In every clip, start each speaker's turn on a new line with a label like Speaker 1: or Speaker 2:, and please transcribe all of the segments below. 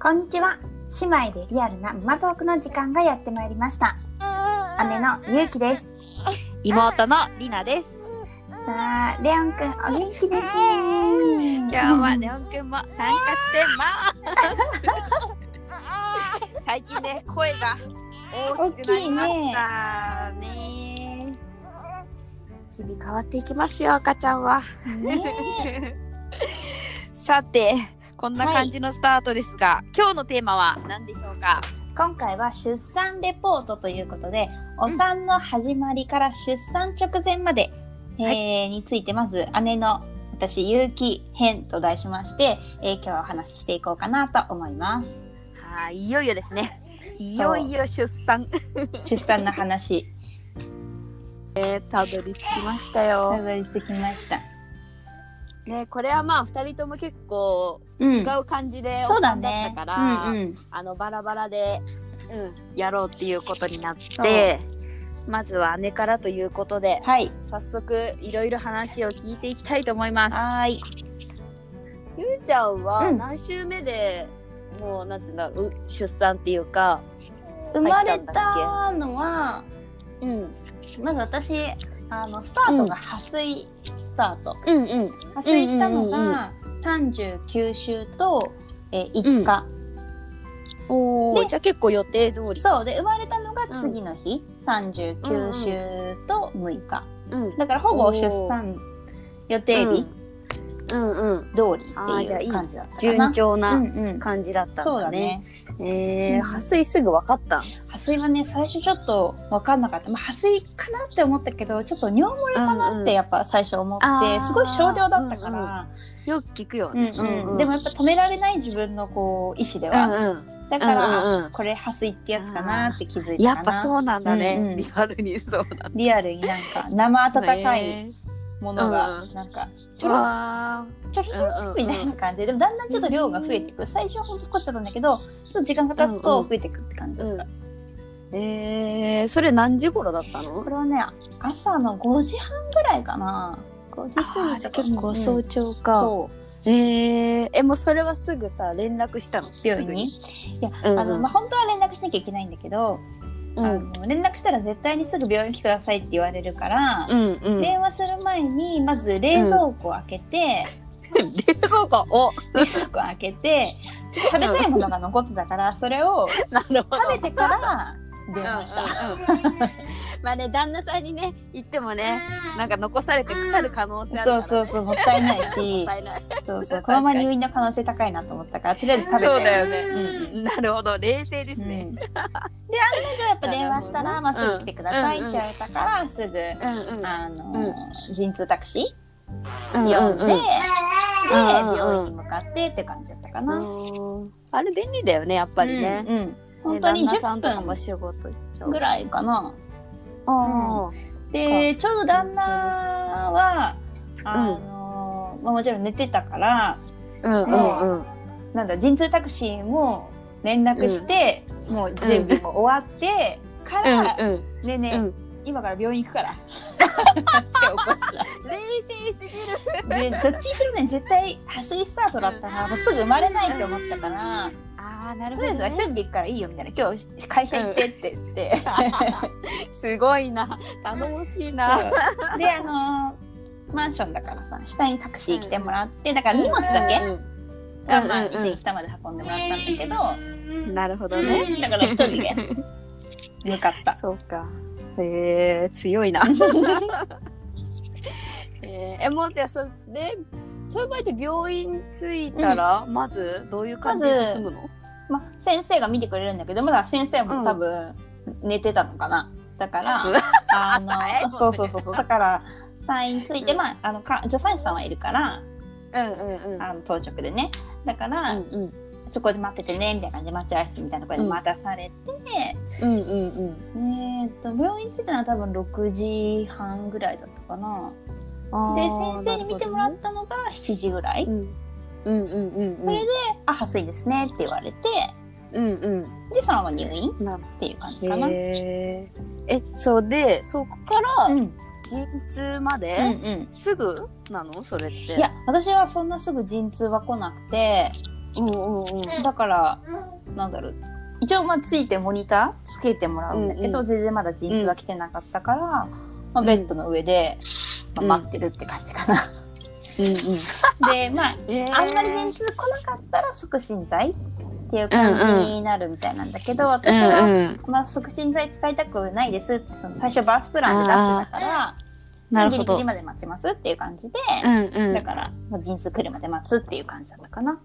Speaker 1: こんにちは姉妹でリアルなママトークの時間がやってまいりました姉のゆうきです
Speaker 2: 妹のりなです。
Speaker 1: さあレオンくんお元気ですね
Speaker 2: 今日はレオンくんも参加してます。最近ね、声が大きくなりましたね。日々変わっていきますよ、赤ちゃんは。
Speaker 1: ね
Speaker 2: さて、こんな感じのスタートですが、今日のテーマは何でしょうか。
Speaker 1: 今回は出産レポートということでお産の始まりから出産直前まで、えー
Speaker 2: は
Speaker 1: についてまず姉の私ゆうき編と題しまして、えー今日はお話ししていこうかなと思います
Speaker 2: はい、いよいよですね。いよいよ出産。
Speaker 1: 出産の話
Speaker 2: えーたどり着きました
Speaker 1: た
Speaker 2: よ。
Speaker 1: どり着きました
Speaker 2: ね、これはまあ、二人とも結構
Speaker 1: うん
Speaker 2: 違う感じで、
Speaker 1: そうだ
Speaker 2: だっ
Speaker 1: ね
Speaker 2: たから。
Speaker 1: うんうん
Speaker 2: あのバラバラで、うん、やろうっていうことになってまずは姉からということで
Speaker 1: はい
Speaker 2: 早速いろいろ話を聞いていきたいと思います
Speaker 1: はーい
Speaker 2: ゆうちゃんは
Speaker 1: うん
Speaker 2: 何週目で、もうなんつうんだろうう出産っていうか
Speaker 1: 生まれたのは
Speaker 2: うん
Speaker 1: まず私あのスタートが破水スタート、
Speaker 2: うんうん
Speaker 1: 破水したの
Speaker 2: うんうん
Speaker 1: が39週と、えー5日、
Speaker 2: おお
Speaker 1: で
Speaker 2: じゃあ結構予定通り
Speaker 1: そうで生まれたのが次の日、39週と6日
Speaker 2: うんうん
Speaker 1: だからほぼ出産予定日
Speaker 2: うんうん
Speaker 1: 通り
Speaker 2: あー
Speaker 1: っ
Speaker 2: じ
Speaker 1: て
Speaker 2: ゃあい
Speaker 1: い
Speaker 2: いう
Speaker 1: 感じだったかな
Speaker 2: 順調
Speaker 1: う
Speaker 2: なん
Speaker 1: うん
Speaker 2: 感じだったんだね、
Speaker 1: そうだね
Speaker 2: えー
Speaker 1: うん
Speaker 2: 破水すぐ分かった
Speaker 1: 破水はね最初ちょっと分かんなかった、まあ、破水かなって思ったけどちょっと尿漏れか
Speaker 2: うんう
Speaker 1: なんってやっぱ最初思って、
Speaker 2: あー
Speaker 1: すごい少量だったから、
Speaker 2: よく聞くよ
Speaker 1: うん
Speaker 2: ね、
Speaker 1: うんでもやっぱ止められない自分のこう意思で
Speaker 2: う
Speaker 1: は、
Speaker 2: んうん
Speaker 1: だから、
Speaker 2: うんうん
Speaker 1: これ破水ってやつかなって気づい
Speaker 2: や
Speaker 1: たか
Speaker 2: っ
Speaker 1: な
Speaker 2: ぱそうなんだね、
Speaker 1: うんうん
Speaker 2: リアルにそうなんだ
Speaker 1: リアルになんか生温かいものが
Speaker 2: う
Speaker 1: なんかち
Speaker 2: う
Speaker 1: ょろ
Speaker 2: わ
Speaker 1: ちょろちょろ
Speaker 2: うんうんうん
Speaker 1: みたいな感じででもだんだんちょっと量が増えていく最初はほんと少しだったんだけどちょっと時間が経つと増えていくって感じだった、
Speaker 2: ーえー、それ何時頃だったの
Speaker 1: これはね朝の5時半ぐらいかな5時過ぎ
Speaker 2: じゃ
Speaker 1: と
Speaker 2: あ
Speaker 1: か
Speaker 2: 結構
Speaker 1: うんう
Speaker 2: 早
Speaker 1: ん
Speaker 2: 朝か、
Speaker 1: そう
Speaker 2: えー、えもうそれはすぐさ連絡したの
Speaker 1: 病院に、
Speaker 2: すぐうんうん
Speaker 1: あのまあ、本当は連絡しなきゃいけないんだけど、
Speaker 2: う
Speaker 1: あ
Speaker 2: ん
Speaker 1: の連絡したら絶対にすぐ病院来てくださいって言われるから、
Speaker 2: うんうん、冷
Speaker 1: 電話する前にまず冷蔵庫を開けて、
Speaker 2: 蔵庫を
Speaker 1: 冷蔵庫を開けてちょっと食べたいものが残ってたからそれを
Speaker 2: なるほど
Speaker 1: 食べてから電話した。
Speaker 2: うんうんうん まあね旦那さんにね行ってもねなんか残されて腐る可能性あるから、
Speaker 1: そう
Speaker 2: ね、
Speaker 1: そうそう、もったいない
Speaker 2: もっ 、
Speaker 1: した
Speaker 2: いない
Speaker 1: そうそう、
Speaker 2: 確
Speaker 1: こ
Speaker 2: かに
Speaker 1: のまま入院の可能性高いなと思ったから、とりあえず食べて。
Speaker 2: そうだよね、
Speaker 1: うん
Speaker 2: なるほど冷静です
Speaker 1: うん、で、
Speaker 2: ね、
Speaker 1: 案の定やっぱ電話したら、まあ、すぐ来てくださいって言われたから、すぐ、
Speaker 2: うんうん
Speaker 1: あの、陣痛タクシ
Speaker 2: うん
Speaker 1: ー呼んで、で、
Speaker 2: うん
Speaker 1: 病院に向かってって感じだったかな。やっ
Speaker 2: うんあれ便利だよねやっぱりね、
Speaker 1: うん。うん本当に
Speaker 2: ね旦那さんとか
Speaker 1: 10
Speaker 2: も
Speaker 1: 分
Speaker 2: 仕事行っちゃう
Speaker 1: ぐらいかな。
Speaker 2: あ
Speaker 1: で、ちょうど旦那は、あの、まあ、もちろん寝てたから、
Speaker 2: あうんうんうん
Speaker 1: なんだ陣痛タクシーも連絡して、もう準備も終わって、から、ね
Speaker 2: うん
Speaker 1: えねえ、
Speaker 2: うん
Speaker 1: 今から病院行くからって起こした
Speaker 2: 冷静すぎる
Speaker 1: でどっちにしろね絶対破水スタートだったからもうすぐ生まれないと思ったから
Speaker 2: ああなる
Speaker 1: とりあえずは一人で行くからいいよみたいな今日会社行ってって言って、
Speaker 2: すごいな頼もしいな
Speaker 1: であのーマンションだからさ下にタクシー来てもらってだから荷物だけ
Speaker 2: うん
Speaker 1: は、まあ、
Speaker 2: うんうんうん
Speaker 1: 一緒に下まで運んでもらったんだけど、
Speaker 2: なるほどね
Speaker 1: だから一人で向かった。
Speaker 2: そうかへえ強 いなえーえもうじゃあそでそういう場合って病院着いたら、まずどういう感じで進むの、
Speaker 1: まあ、先生が見てくれるんだけど、まだ先生も多分寝てたのかな。だから、
Speaker 2: うん
Speaker 1: あ
Speaker 2: 朝早いもんね
Speaker 1: の、そうそうそうそう。だから、産院ついて、
Speaker 2: うん
Speaker 1: まあ、あの、か助産師さんはいるから、
Speaker 2: うんうんうん
Speaker 1: あの、当直でね。だから、
Speaker 2: うんうん
Speaker 1: そこで待っててね、みたいな感じで待合室みたいなところで待たされて、
Speaker 2: うんうんうん
Speaker 1: えーっと、病院着いたのは多分6時半ぐらいだったかな。で、先生に見てもら
Speaker 2: う
Speaker 1: ったのが7時ぐらい。
Speaker 2: うんうんうんうんうん
Speaker 1: それであ、破水ですねって言われて、
Speaker 2: うんう
Speaker 1: で、そのまま入院っ
Speaker 2: んなる
Speaker 1: ていう感じ
Speaker 2: ほ
Speaker 1: か
Speaker 2: ど
Speaker 1: な。
Speaker 2: ねええそうでそこから
Speaker 1: うん。
Speaker 2: 陣痛まで、
Speaker 1: うんうん。
Speaker 2: すぐなのそれって
Speaker 1: いや私はそんなすぐ陣痛は来なくて
Speaker 2: うんうんうん。
Speaker 1: だからなんだろう一応まあついてモニターつけてもらうんだけど、
Speaker 2: うんう
Speaker 1: 全然まだ陣痛は来てなかったから、まあ、ベッドの上で、
Speaker 2: うん
Speaker 1: まあ、待ってるって感じかな。
Speaker 2: うんうん。
Speaker 1: でまあ
Speaker 2: えー
Speaker 1: あんまり陣痛来なかったら促進剤っていう感じになるみたいなんだけど、私は、
Speaker 2: うんうん。
Speaker 1: まあ、促進剤使いたくないですってその最初バースプランで出してたから
Speaker 2: な
Speaker 1: ギ
Speaker 2: るほ
Speaker 1: リギ
Speaker 2: ど。
Speaker 1: リまで待ちますっていう感じで、
Speaker 2: うんうん。
Speaker 1: だからもう陣痛来るまで待つっていう感じだったかな。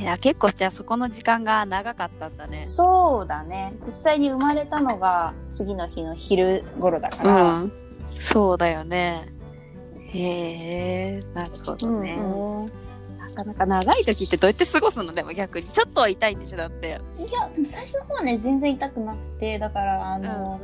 Speaker 2: いや結構じゃあそこの時間が長かったんだね。
Speaker 1: そうだね実際に生まれたのが次の日の昼頃だか
Speaker 2: う
Speaker 1: ら、
Speaker 2: ん。そうだよね。へえ、なるほどね。
Speaker 1: うん
Speaker 2: なかなか長い時ってどうやって過ごすのでも逆にちょっとは痛いんでしょだって。
Speaker 1: いやでも最初の方はね全然痛くなくてだからあ
Speaker 2: う
Speaker 1: の、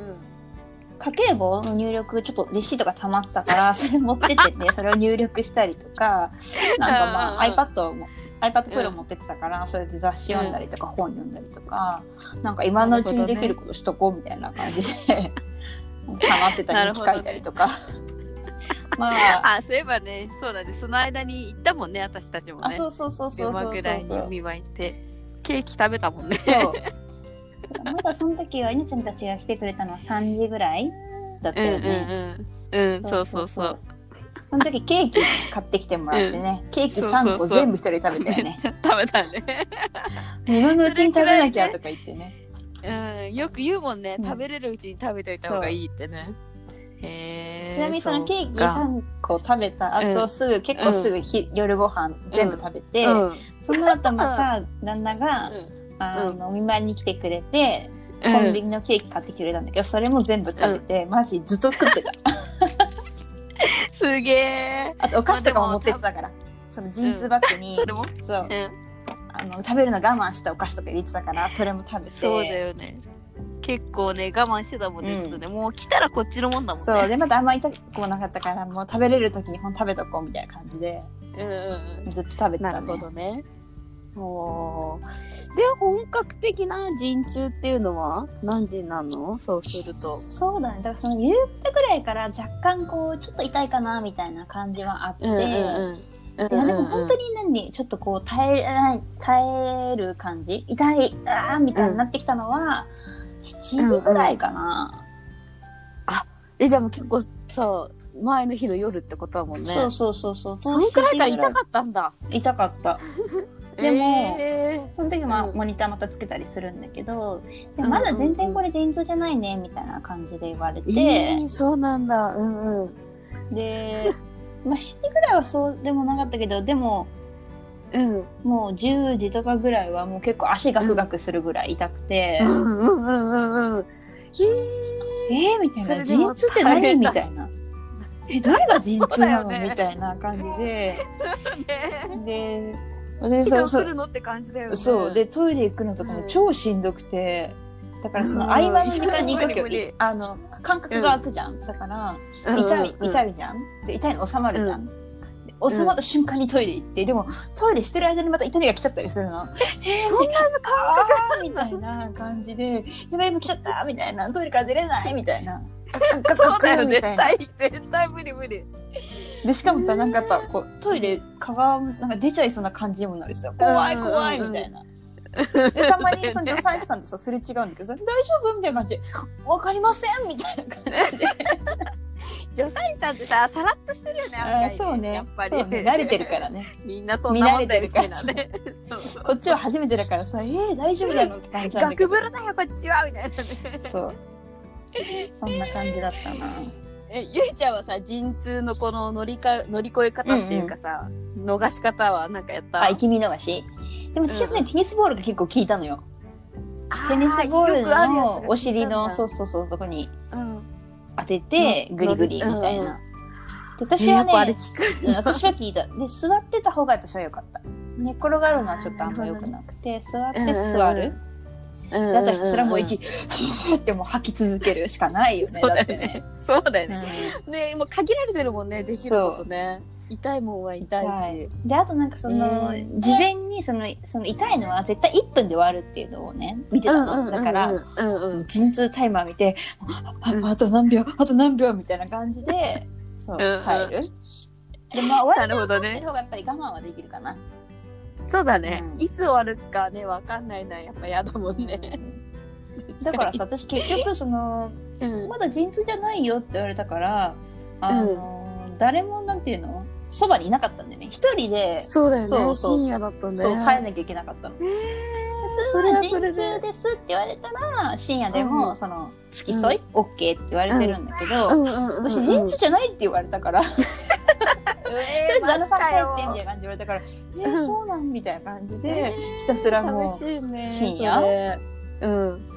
Speaker 1: 家計簿の入力ちょっとレシートが溜まってたから それ持ってって てそれを入力したりとかなんかまあ
Speaker 2: うんうん
Speaker 1: iPad も iPad
Speaker 2: う
Speaker 1: Pro
Speaker 2: ん
Speaker 1: 持ってってたから、それで雑誌読んだりとか本読んだりとか、なんか今のうちにできることしとこうみたいな感じで溜まってた日記書いたりとか、まあ
Speaker 2: あ、そういえばね、そうだね。その間に行ったもんね、私たちも
Speaker 1: あ
Speaker 2: ね。
Speaker 1: そうそうそうそう
Speaker 2: 馬
Speaker 1: そう
Speaker 2: ぐ
Speaker 1: そ
Speaker 2: ら
Speaker 1: う
Speaker 2: い
Speaker 1: そ
Speaker 2: に
Speaker 1: う
Speaker 2: 見舞いってケーキ食べたもんね。
Speaker 1: まだその時は稲ちゃんたちが来てくれたのは3時ぐらいだったよね、
Speaker 2: うんうんうん。うん、そうそうそう。
Speaker 1: その時ケーキ買ってきてもらってね、ケーキ3個
Speaker 2: そうそうそう
Speaker 1: 全部一人で食べたよね
Speaker 2: ちょっと食べたね。
Speaker 1: 今のうちに食べなきゃとか言ってね
Speaker 2: うん、よく言うもんね、
Speaker 1: うん
Speaker 2: 食べれるうちに食べといた方がいいってね。へえ。
Speaker 1: ちなみにそのケーキ
Speaker 2: さ
Speaker 1: 3個食べた後、
Speaker 2: うん
Speaker 1: すぐ結構すぐひ、夜ご飯全部食べて、
Speaker 2: うん
Speaker 1: その後また旦那が、あのお見舞いに来てくれて、コンビニのケーキ買ってきてくれたんだけどそれも全部食べて、マジずっと食ってた
Speaker 2: すげえ。
Speaker 1: あとお菓子とかも持ってってたからそのジーンズバッグに、
Speaker 2: それも、
Speaker 1: そうあの食べるの我慢したお菓子とか入れてたからそれも食べて
Speaker 2: そうだよね。結構ね、我慢してたもんね、
Speaker 1: うん
Speaker 2: ずっとねもう来たらこっちのもんだもんね。
Speaker 1: そうでまたあんま痛くもなかったからもう食べれる時にほんと食べとこうみたいな感じで
Speaker 2: うんうん
Speaker 1: ずっと食べ
Speaker 2: うん。
Speaker 1: てた
Speaker 2: なる
Speaker 1: ね
Speaker 2: ほどね。おーで、本格的な陣痛っていうのは何時なのそうすると。
Speaker 1: そうだねだからその夕方ぐらいから若干こうちょっと痛いかなみたいな感じはあって、
Speaker 2: うんうんうん。うん
Speaker 1: で
Speaker 2: うんうん
Speaker 1: でも本当に何ちょっとこう耐えられない耐える感じ痛いあーみたいになってきたのは7時ぐらいかな、
Speaker 2: えじゃあもう結構さ前の日の夜ってことだもんね
Speaker 1: そうそうそうそう
Speaker 2: そのくらいから痛かったんだ
Speaker 1: 痛かったで
Speaker 2: でも
Speaker 1: も、その時は
Speaker 2: うん
Speaker 1: モニターまたつけたりするんだけど、で
Speaker 2: うん
Speaker 1: まだ全然これ電通じゃないねみたいな感じで言われて、
Speaker 2: えーそうなんだうんうん
Speaker 1: で、まあ、7時ぐらいはそうでもなかったけどでも
Speaker 2: うん
Speaker 1: もう10時とかぐらいはもう結構足ガクガクするぐらい痛くて、
Speaker 2: うんうんうんうん
Speaker 1: えー、みたい
Speaker 2: そ
Speaker 1: な
Speaker 2: れでも
Speaker 1: 陣痛って
Speaker 2: 大
Speaker 1: 何
Speaker 2: 変
Speaker 1: み
Speaker 2: だ
Speaker 1: たいな。え、どれが陣痛なの、
Speaker 2: そうだよね
Speaker 1: みたいな感じで。 で、
Speaker 2: え
Speaker 1: 私
Speaker 2: そ
Speaker 1: そうう
Speaker 2: そ
Speaker 1: そう
Speaker 2: 来るのって感じだよね
Speaker 1: そうでトイレ行くのとかも超しんどくて、だからその合間の時間に行くけど、
Speaker 2: うん無理無理
Speaker 1: あの感覚が空くじゃん、だから
Speaker 2: うんうん
Speaker 1: 痛い、
Speaker 2: うん
Speaker 1: 痛いじゃんで痛いの収まるじゃん、で収まった瞬間にトイレ行ってでもトイレしてる間にまた痛みが来ちゃったりするのえー、そんなのかみたいな感じで「やばい今来ちゃった」みたいな「トイレから出れない」みたいな。ガク
Speaker 2: そ
Speaker 1: ガ
Speaker 2: う
Speaker 1: ク
Speaker 2: だ
Speaker 1: ガ
Speaker 2: よ
Speaker 1: クみ
Speaker 2: 絶
Speaker 1: たいな
Speaker 2: 対絶対無理無理
Speaker 1: でしかもさなんかやっぱこうトイレ川なんか出ちゃいそうな感じにもなるんですよ怖い
Speaker 2: うんうんうん
Speaker 1: 怖いみたいな。でたまに その助産師さんとさすれ違うんだけどさ「大丈夫?」みたいな感じで「分かりません」みたいな感じで
Speaker 2: 助産師さんってささらっとしてるよね
Speaker 1: あ
Speaker 2: 案
Speaker 1: ー
Speaker 2: 外
Speaker 1: そうね
Speaker 2: やっぱり
Speaker 1: そうね慣れてるからね
Speaker 2: みんな そんなもんだよね
Speaker 1: 見慣れてるから
Speaker 2: ねそうそう
Speaker 1: こっちは初めてだからさ「えー、大丈夫なの?」って感じなんだけ
Speaker 2: 学
Speaker 1: ど
Speaker 2: ぶるだよこっちはみたいなね
Speaker 1: そうそんな感じだったな
Speaker 2: えゆいちゃんはさ陣痛のこの乗りか乗り越え方っていうかさ、逃し方はなんかやった
Speaker 1: あ生き見逃しでも私はね、
Speaker 2: うん
Speaker 1: テニスボールが結構効いたのよ
Speaker 2: あー
Speaker 1: テニスボール
Speaker 2: よくあるやつが
Speaker 1: のお尻のそううそうそうとこに
Speaker 2: うん、
Speaker 1: 当てて
Speaker 2: うん
Speaker 1: グリグリみたい
Speaker 2: うんうん
Speaker 1: な。で
Speaker 2: 私
Speaker 1: 私
Speaker 2: は、
Speaker 1: は
Speaker 2: ね、やっぱあれ
Speaker 1: ね
Speaker 2: 聞、く
Speaker 1: うん私は聞いた。で、座ってた方が私は良かった。寝転がるのはちょっとあんま良くなくて、座って座る。
Speaker 2: うん
Speaker 1: だったらひたすらもう息、ふーってもう吐き続けるしかないよね。
Speaker 2: そう
Speaker 1: だっ
Speaker 2: だよ
Speaker 1: て
Speaker 2: ね
Speaker 1: ね。
Speaker 2: そうだよ
Speaker 1: う
Speaker 2: ね、
Speaker 1: ん
Speaker 2: ねもう限られてるもんねできることね痛いもんは痛いし
Speaker 1: で、あとなんかその
Speaker 2: う、ん
Speaker 1: 事前にその、その痛いのは絶対1分で終わるっていうのをね、見てたの。だから、
Speaker 2: うんうん
Speaker 1: 陣痛タイマー見て、あ
Speaker 2: うん
Speaker 1: あと何秒、あと何秒みたいな感じで、そう、
Speaker 2: うんうん
Speaker 1: 帰る。で、まあ終わり
Speaker 2: なるほど
Speaker 1: って
Speaker 2: ね
Speaker 1: る方がやっぱり我慢はできるかな。
Speaker 2: そうだね、
Speaker 1: うん
Speaker 2: いつ終わるかね、わかんないな。やっぱ嫌だもんね。
Speaker 1: だからさ、私結局その、
Speaker 2: うん。
Speaker 1: まだ陣痛じゃないよって言われたから、あの、誰もなんていうのそばにいなかったんだよね。一人で、
Speaker 2: そうだよね。
Speaker 1: そうそう
Speaker 2: 深夜だったんだ
Speaker 1: そう
Speaker 2: よ
Speaker 1: 帰
Speaker 2: ね。
Speaker 1: らなきゃいけなかったの。普通
Speaker 2: それ
Speaker 1: は
Speaker 2: は
Speaker 1: 陣
Speaker 2: それで
Speaker 1: 痛ですって言われたら、深夜で
Speaker 2: う
Speaker 1: も、
Speaker 2: ん
Speaker 1: その、付き添い ?OK って言われてるんだけど、
Speaker 2: うんうんうんうん。
Speaker 1: 私、陣痛じゃないって言われた から、とりあえず旦那さん帰ってみたいな感じで言われた から、えー
Speaker 2: うん
Speaker 1: そうなんみたいな感じ
Speaker 2: え
Speaker 1: で、
Speaker 2: ー
Speaker 1: ひたすらも
Speaker 2: 寂
Speaker 1: う、
Speaker 2: しいね。
Speaker 1: 深夜
Speaker 2: それうん。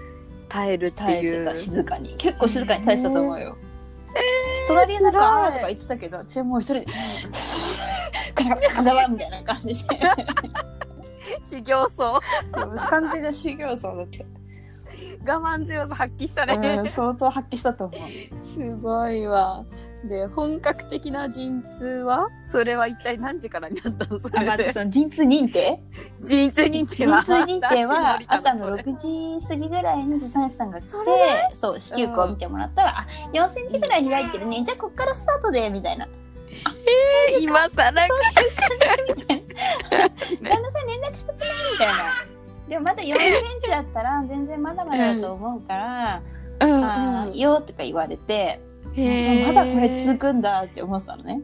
Speaker 2: 耐えるって
Speaker 1: 耐え
Speaker 2: い
Speaker 1: て
Speaker 2: う。
Speaker 1: た静かに結構静かに耐えてたと思うよ、隣の中
Speaker 2: 辛い
Speaker 1: あーとか言ってたけど私はもう一人 でカタカタカタカタみたいな感じで
Speaker 2: 修行僧。
Speaker 1: 完全な修行僧だって、
Speaker 2: 我慢強さ発揮した
Speaker 1: う
Speaker 2: ね
Speaker 1: ん、。相当発揮したと思う
Speaker 2: すごいわ。で、本格的な陣痛はそれは一体何時からになったのそ
Speaker 1: あま
Speaker 2: れ
Speaker 1: あ
Speaker 2: で。
Speaker 1: その陣痛認定
Speaker 2: 陣痛認定
Speaker 1: 陣
Speaker 2: は
Speaker 1: 痛認定は朝の
Speaker 2: 6
Speaker 1: 6時過ぎぐらいに助産師さんが来て
Speaker 2: そ
Speaker 1: そう子宮口を見てもらったら「あ4センチぐらい開いてるねじゃあこっからスタートで」みたいな
Speaker 2: 今さら
Speaker 1: 旦那さん連絡しとくねみたいな。 でもまだ4センチだったら全然まだまだだと思うから、
Speaker 2: うん
Speaker 1: あーいいよとか言われて、
Speaker 2: へー
Speaker 1: そうまだこれ続くんだって思ってたのね。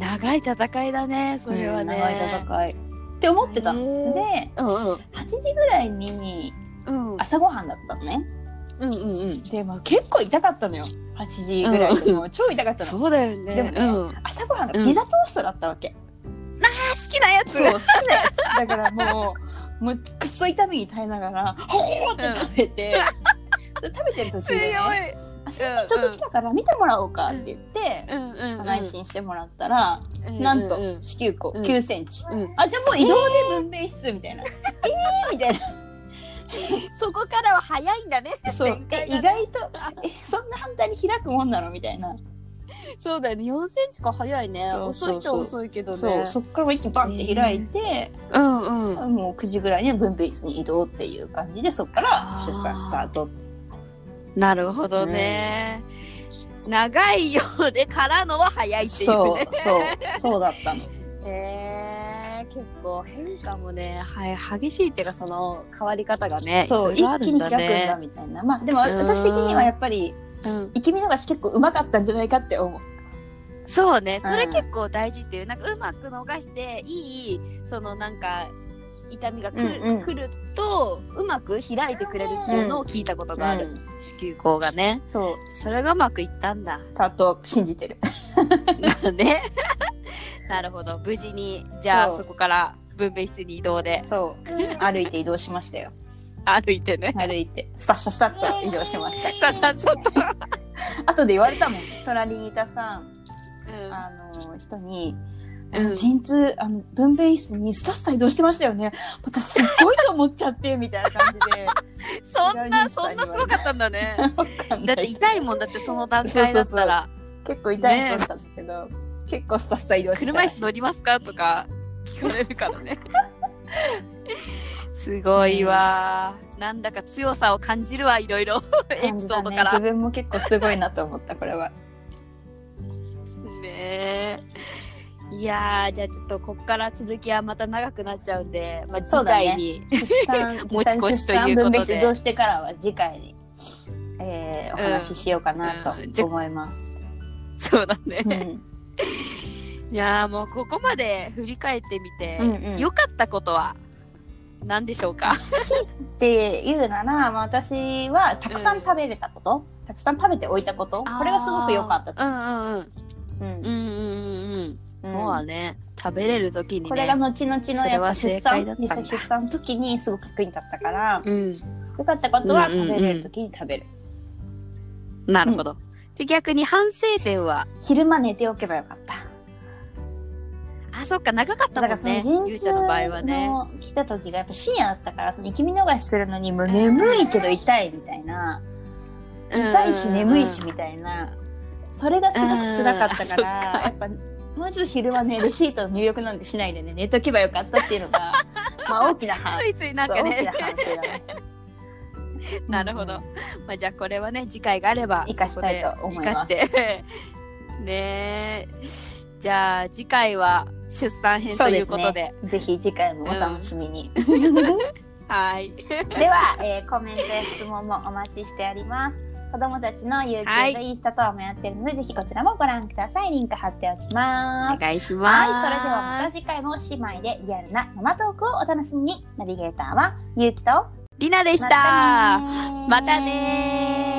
Speaker 2: 長い戦いだねそれはね、
Speaker 1: うん長い戦い。って思ってた
Speaker 2: へ
Speaker 1: の。
Speaker 2: ー
Speaker 1: で、8時ぐらいに
Speaker 2: うんうん
Speaker 1: 朝ごはんだったのね。
Speaker 2: うんうんうん
Speaker 1: で、まあ結構痛かったのよ。8時ぐらいでもう超痛かったの。
Speaker 2: そうだよね
Speaker 1: でもね
Speaker 2: うん、あ
Speaker 1: 朝ごはんがピザトーストだったわけ。
Speaker 2: 好きなやつ
Speaker 1: そう、好きなやつ だからもう、もうくっそ痛みに耐えながら、ほーって食べて、食べてる途中
Speaker 2: 強
Speaker 1: で、ね、
Speaker 2: い
Speaker 1: ちょっと来たから見てもらおうかって言って、
Speaker 2: うんうんうん
Speaker 1: 内診してもらったら、なんと
Speaker 2: うんうん
Speaker 1: 子宮口
Speaker 2: うん
Speaker 1: 9センチ。
Speaker 2: うん
Speaker 1: あ、じゃあもう移動で分娩室みたいな。えーみたい
Speaker 2: そこからは早いんだね
Speaker 1: な。そう
Speaker 2: 展。
Speaker 1: え
Speaker 2: 開が
Speaker 1: 意
Speaker 2: ね
Speaker 1: 外と、え、そんな反対に開くもんなのみたいな。
Speaker 2: そうだよね4センチか早いね
Speaker 1: そう
Speaker 2: 遅い人は遅いけどね
Speaker 1: そう、そっからもう一気にバンって開いて、
Speaker 2: うんうん
Speaker 1: もう9時ぐらいには分娩室に移動っていう感じで、そっから
Speaker 2: あー
Speaker 1: 出産スタート。
Speaker 2: なるほどね、長いようでからのは早いっていう
Speaker 1: そう
Speaker 2: ね、
Speaker 1: そう、そうだ ったの。
Speaker 2: えー、結構変化もね、はい、激しいっていうかその変わり方がね
Speaker 1: そう、
Speaker 2: いろいろあ
Speaker 1: 一
Speaker 2: る
Speaker 1: 気
Speaker 2: ん
Speaker 1: に
Speaker 2: だ
Speaker 1: 開くんだ
Speaker 2: ね
Speaker 1: みたいな。まあ、でも私的にはやっぱり、
Speaker 2: うん、
Speaker 1: 生き見逃し結構うまかったんじゃないかって思う。
Speaker 2: そうねそれ結構大事っていう、なんかうまく逃していいそのなんか痛みがくる,、
Speaker 1: うんうん
Speaker 2: くるとうまく開いてくれるっていうのを聞いたことがある、
Speaker 1: うん
Speaker 2: 子宮口がね
Speaker 1: そ
Speaker 2: それがうまくいったんだ
Speaker 1: う、だと信じてる。
Speaker 2: ねなるほど無事にじゃあ
Speaker 1: そう
Speaker 2: そこから分娩室に移動で
Speaker 1: そう、歩いて移動しましたよ。
Speaker 2: 歩いてね
Speaker 1: 歩いて、スタッサスタッと移動しました。
Speaker 2: ささっさと、
Speaker 1: 後で言われたもん、隣にいたさ、
Speaker 2: うん
Speaker 1: あの、人に、
Speaker 2: うん
Speaker 1: 陣痛、あの、分娩室にスタスタ移動してましたよね。私すっごいと思っちゃって、みたいな感じで。
Speaker 2: そん
Speaker 1: 左
Speaker 2: な、
Speaker 1: に
Speaker 2: そんなすごかったん だね。
Speaker 1: わかん
Speaker 2: だ
Speaker 1: な
Speaker 2: って
Speaker 1: い
Speaker 2: 痛いもんだってその段階だったら、
Speaker 1: 結構痛いと思ったんですけど、結構スタスタ移動してた
Speaker 2: 車椅子乗りますかとか聞かれるか らね。すごいわ。なんだか強さを感じるわ、いろい ろ。エピソー
Speaker 1: 感
Speaker 2: ドか
Speaker 1: じたね自
Speaker 2: ら。
Speaker 1: 分も結構すごいなと思った、これは。
Speaker 2: ねえ。いやー、じゃあちょっとこっから続きはまた長くなっちゃうんで、まあ
Speaker 1: そ
Speaker 2: 次
Speaker 1: うだね
Speaker 2: 回に。
Speaker 1: 出産
Speaker 2: 持ち越しということで
Speaker 1: 出産分娩室移動してからは次回に、えーお話ししようかな
Speaker 2: うん
Speaker 1: と思います。
Speaker 2: そうだ
Speaker 1: うん
Speaker 2: ね。いやーもうここまで振り返ってみて
Speaker 1: うんう、ん
Speaker 2: 良かったことは何でしょうか
Speaker 1: っていうなら、まあ、私はたくさん食べれたこと、たくさん食べておいたことこれがすごく良かったと、
Speaker 2: あーうんうんうん。
Speaker 1: うん
Speaker 2: うんうんうんうん。
Speaker 1: うん
Speaker 2: そうはね、食べれる時にね。
Speaker 1: これが後々の
Speaker 2: そ
Speaker 1: や
Speaker 2: れ
Speaker 1: っぱ
Speaker 2: は
Speaker 1: 出
Speaker 2: 正解だ
Speaker 1: 産
Speaker 2: ったん
Speaker 1: 実際
Speaker 2: だ
Speaker 1: 出産の時にすごく役に立ったから
Speaker 2: うん。
Speaker 1: 良かったことは食べれる時に食べる、
Speaker 2: なるほど。で逆に反省点は、
Speaker 1: 昼間寝ておけばよかった
Speaker 2: あ、そっか、長かった
Speaker 1: だか
Speaker 2: もん
Speaker 1: らその
Speaker 2: ね。ゆ
Speaker 1: 陣
Speaker 2: う
Speaker 1: 痛
Speaker 2: ちゃんの場合はね。
Speaker 1: の来た時がやっぱ深夜だったからその生き見逃しするのにもう眠いけど痛いみたいな痛いし眠いしみたいなそれがすごく辛かったか
Speaker 2: うんあそ
Speaker 1: ら
Speaker 2: っか
Speaker 1: やっぱもうちょっと昼はねレシートの入力なんてしないでね寝とけばよかったっていうの がまあ大きな
Speaker 2: うんうん
Speaker 1: 反
Speaker 2: うんついついなん
Speaker 1: そう
Speaker 2: か
Speaker 1: 大きな
Speaker 2: ね、
Speaker 1: 反省だね
Speaker 2: なるほど。まあじゃあこれはね、次回があれば、
Speaker 1: 活 かしたいと思います
Speaker 2: ここで活かして。ねえ。
Speaker 3: じゃあ次回は出産編ということで
Speaker 1: ぜひ次回もお楽しみに。
Speaker 3: はい
Speaker 1: では、えーコメントや質問もお待ちしております。子供たちの YouTube、
Speaker 3: はい
Speaker 1: インスタ等もやってるので、ぜひこちらもご覧ください。リンク貼っておきます。
Speaker 3: 願いし
Speaker 1: はい、そ
Speaker 3: ま
Speaker 1: れ
Speaker 3: それ
Speaker 1: で
Speaker 3: で
Speaker 1: は
Speaker 3: は
Speaker 1: ま
Speaker 3: ま
Speaker 1: た次回も姉妹でリアルなママトークをお楽しみに。ナビゲーターはゆうきと
Speaker 3: たりなでした。
Speaker 1: ま
Speaker 3: またねー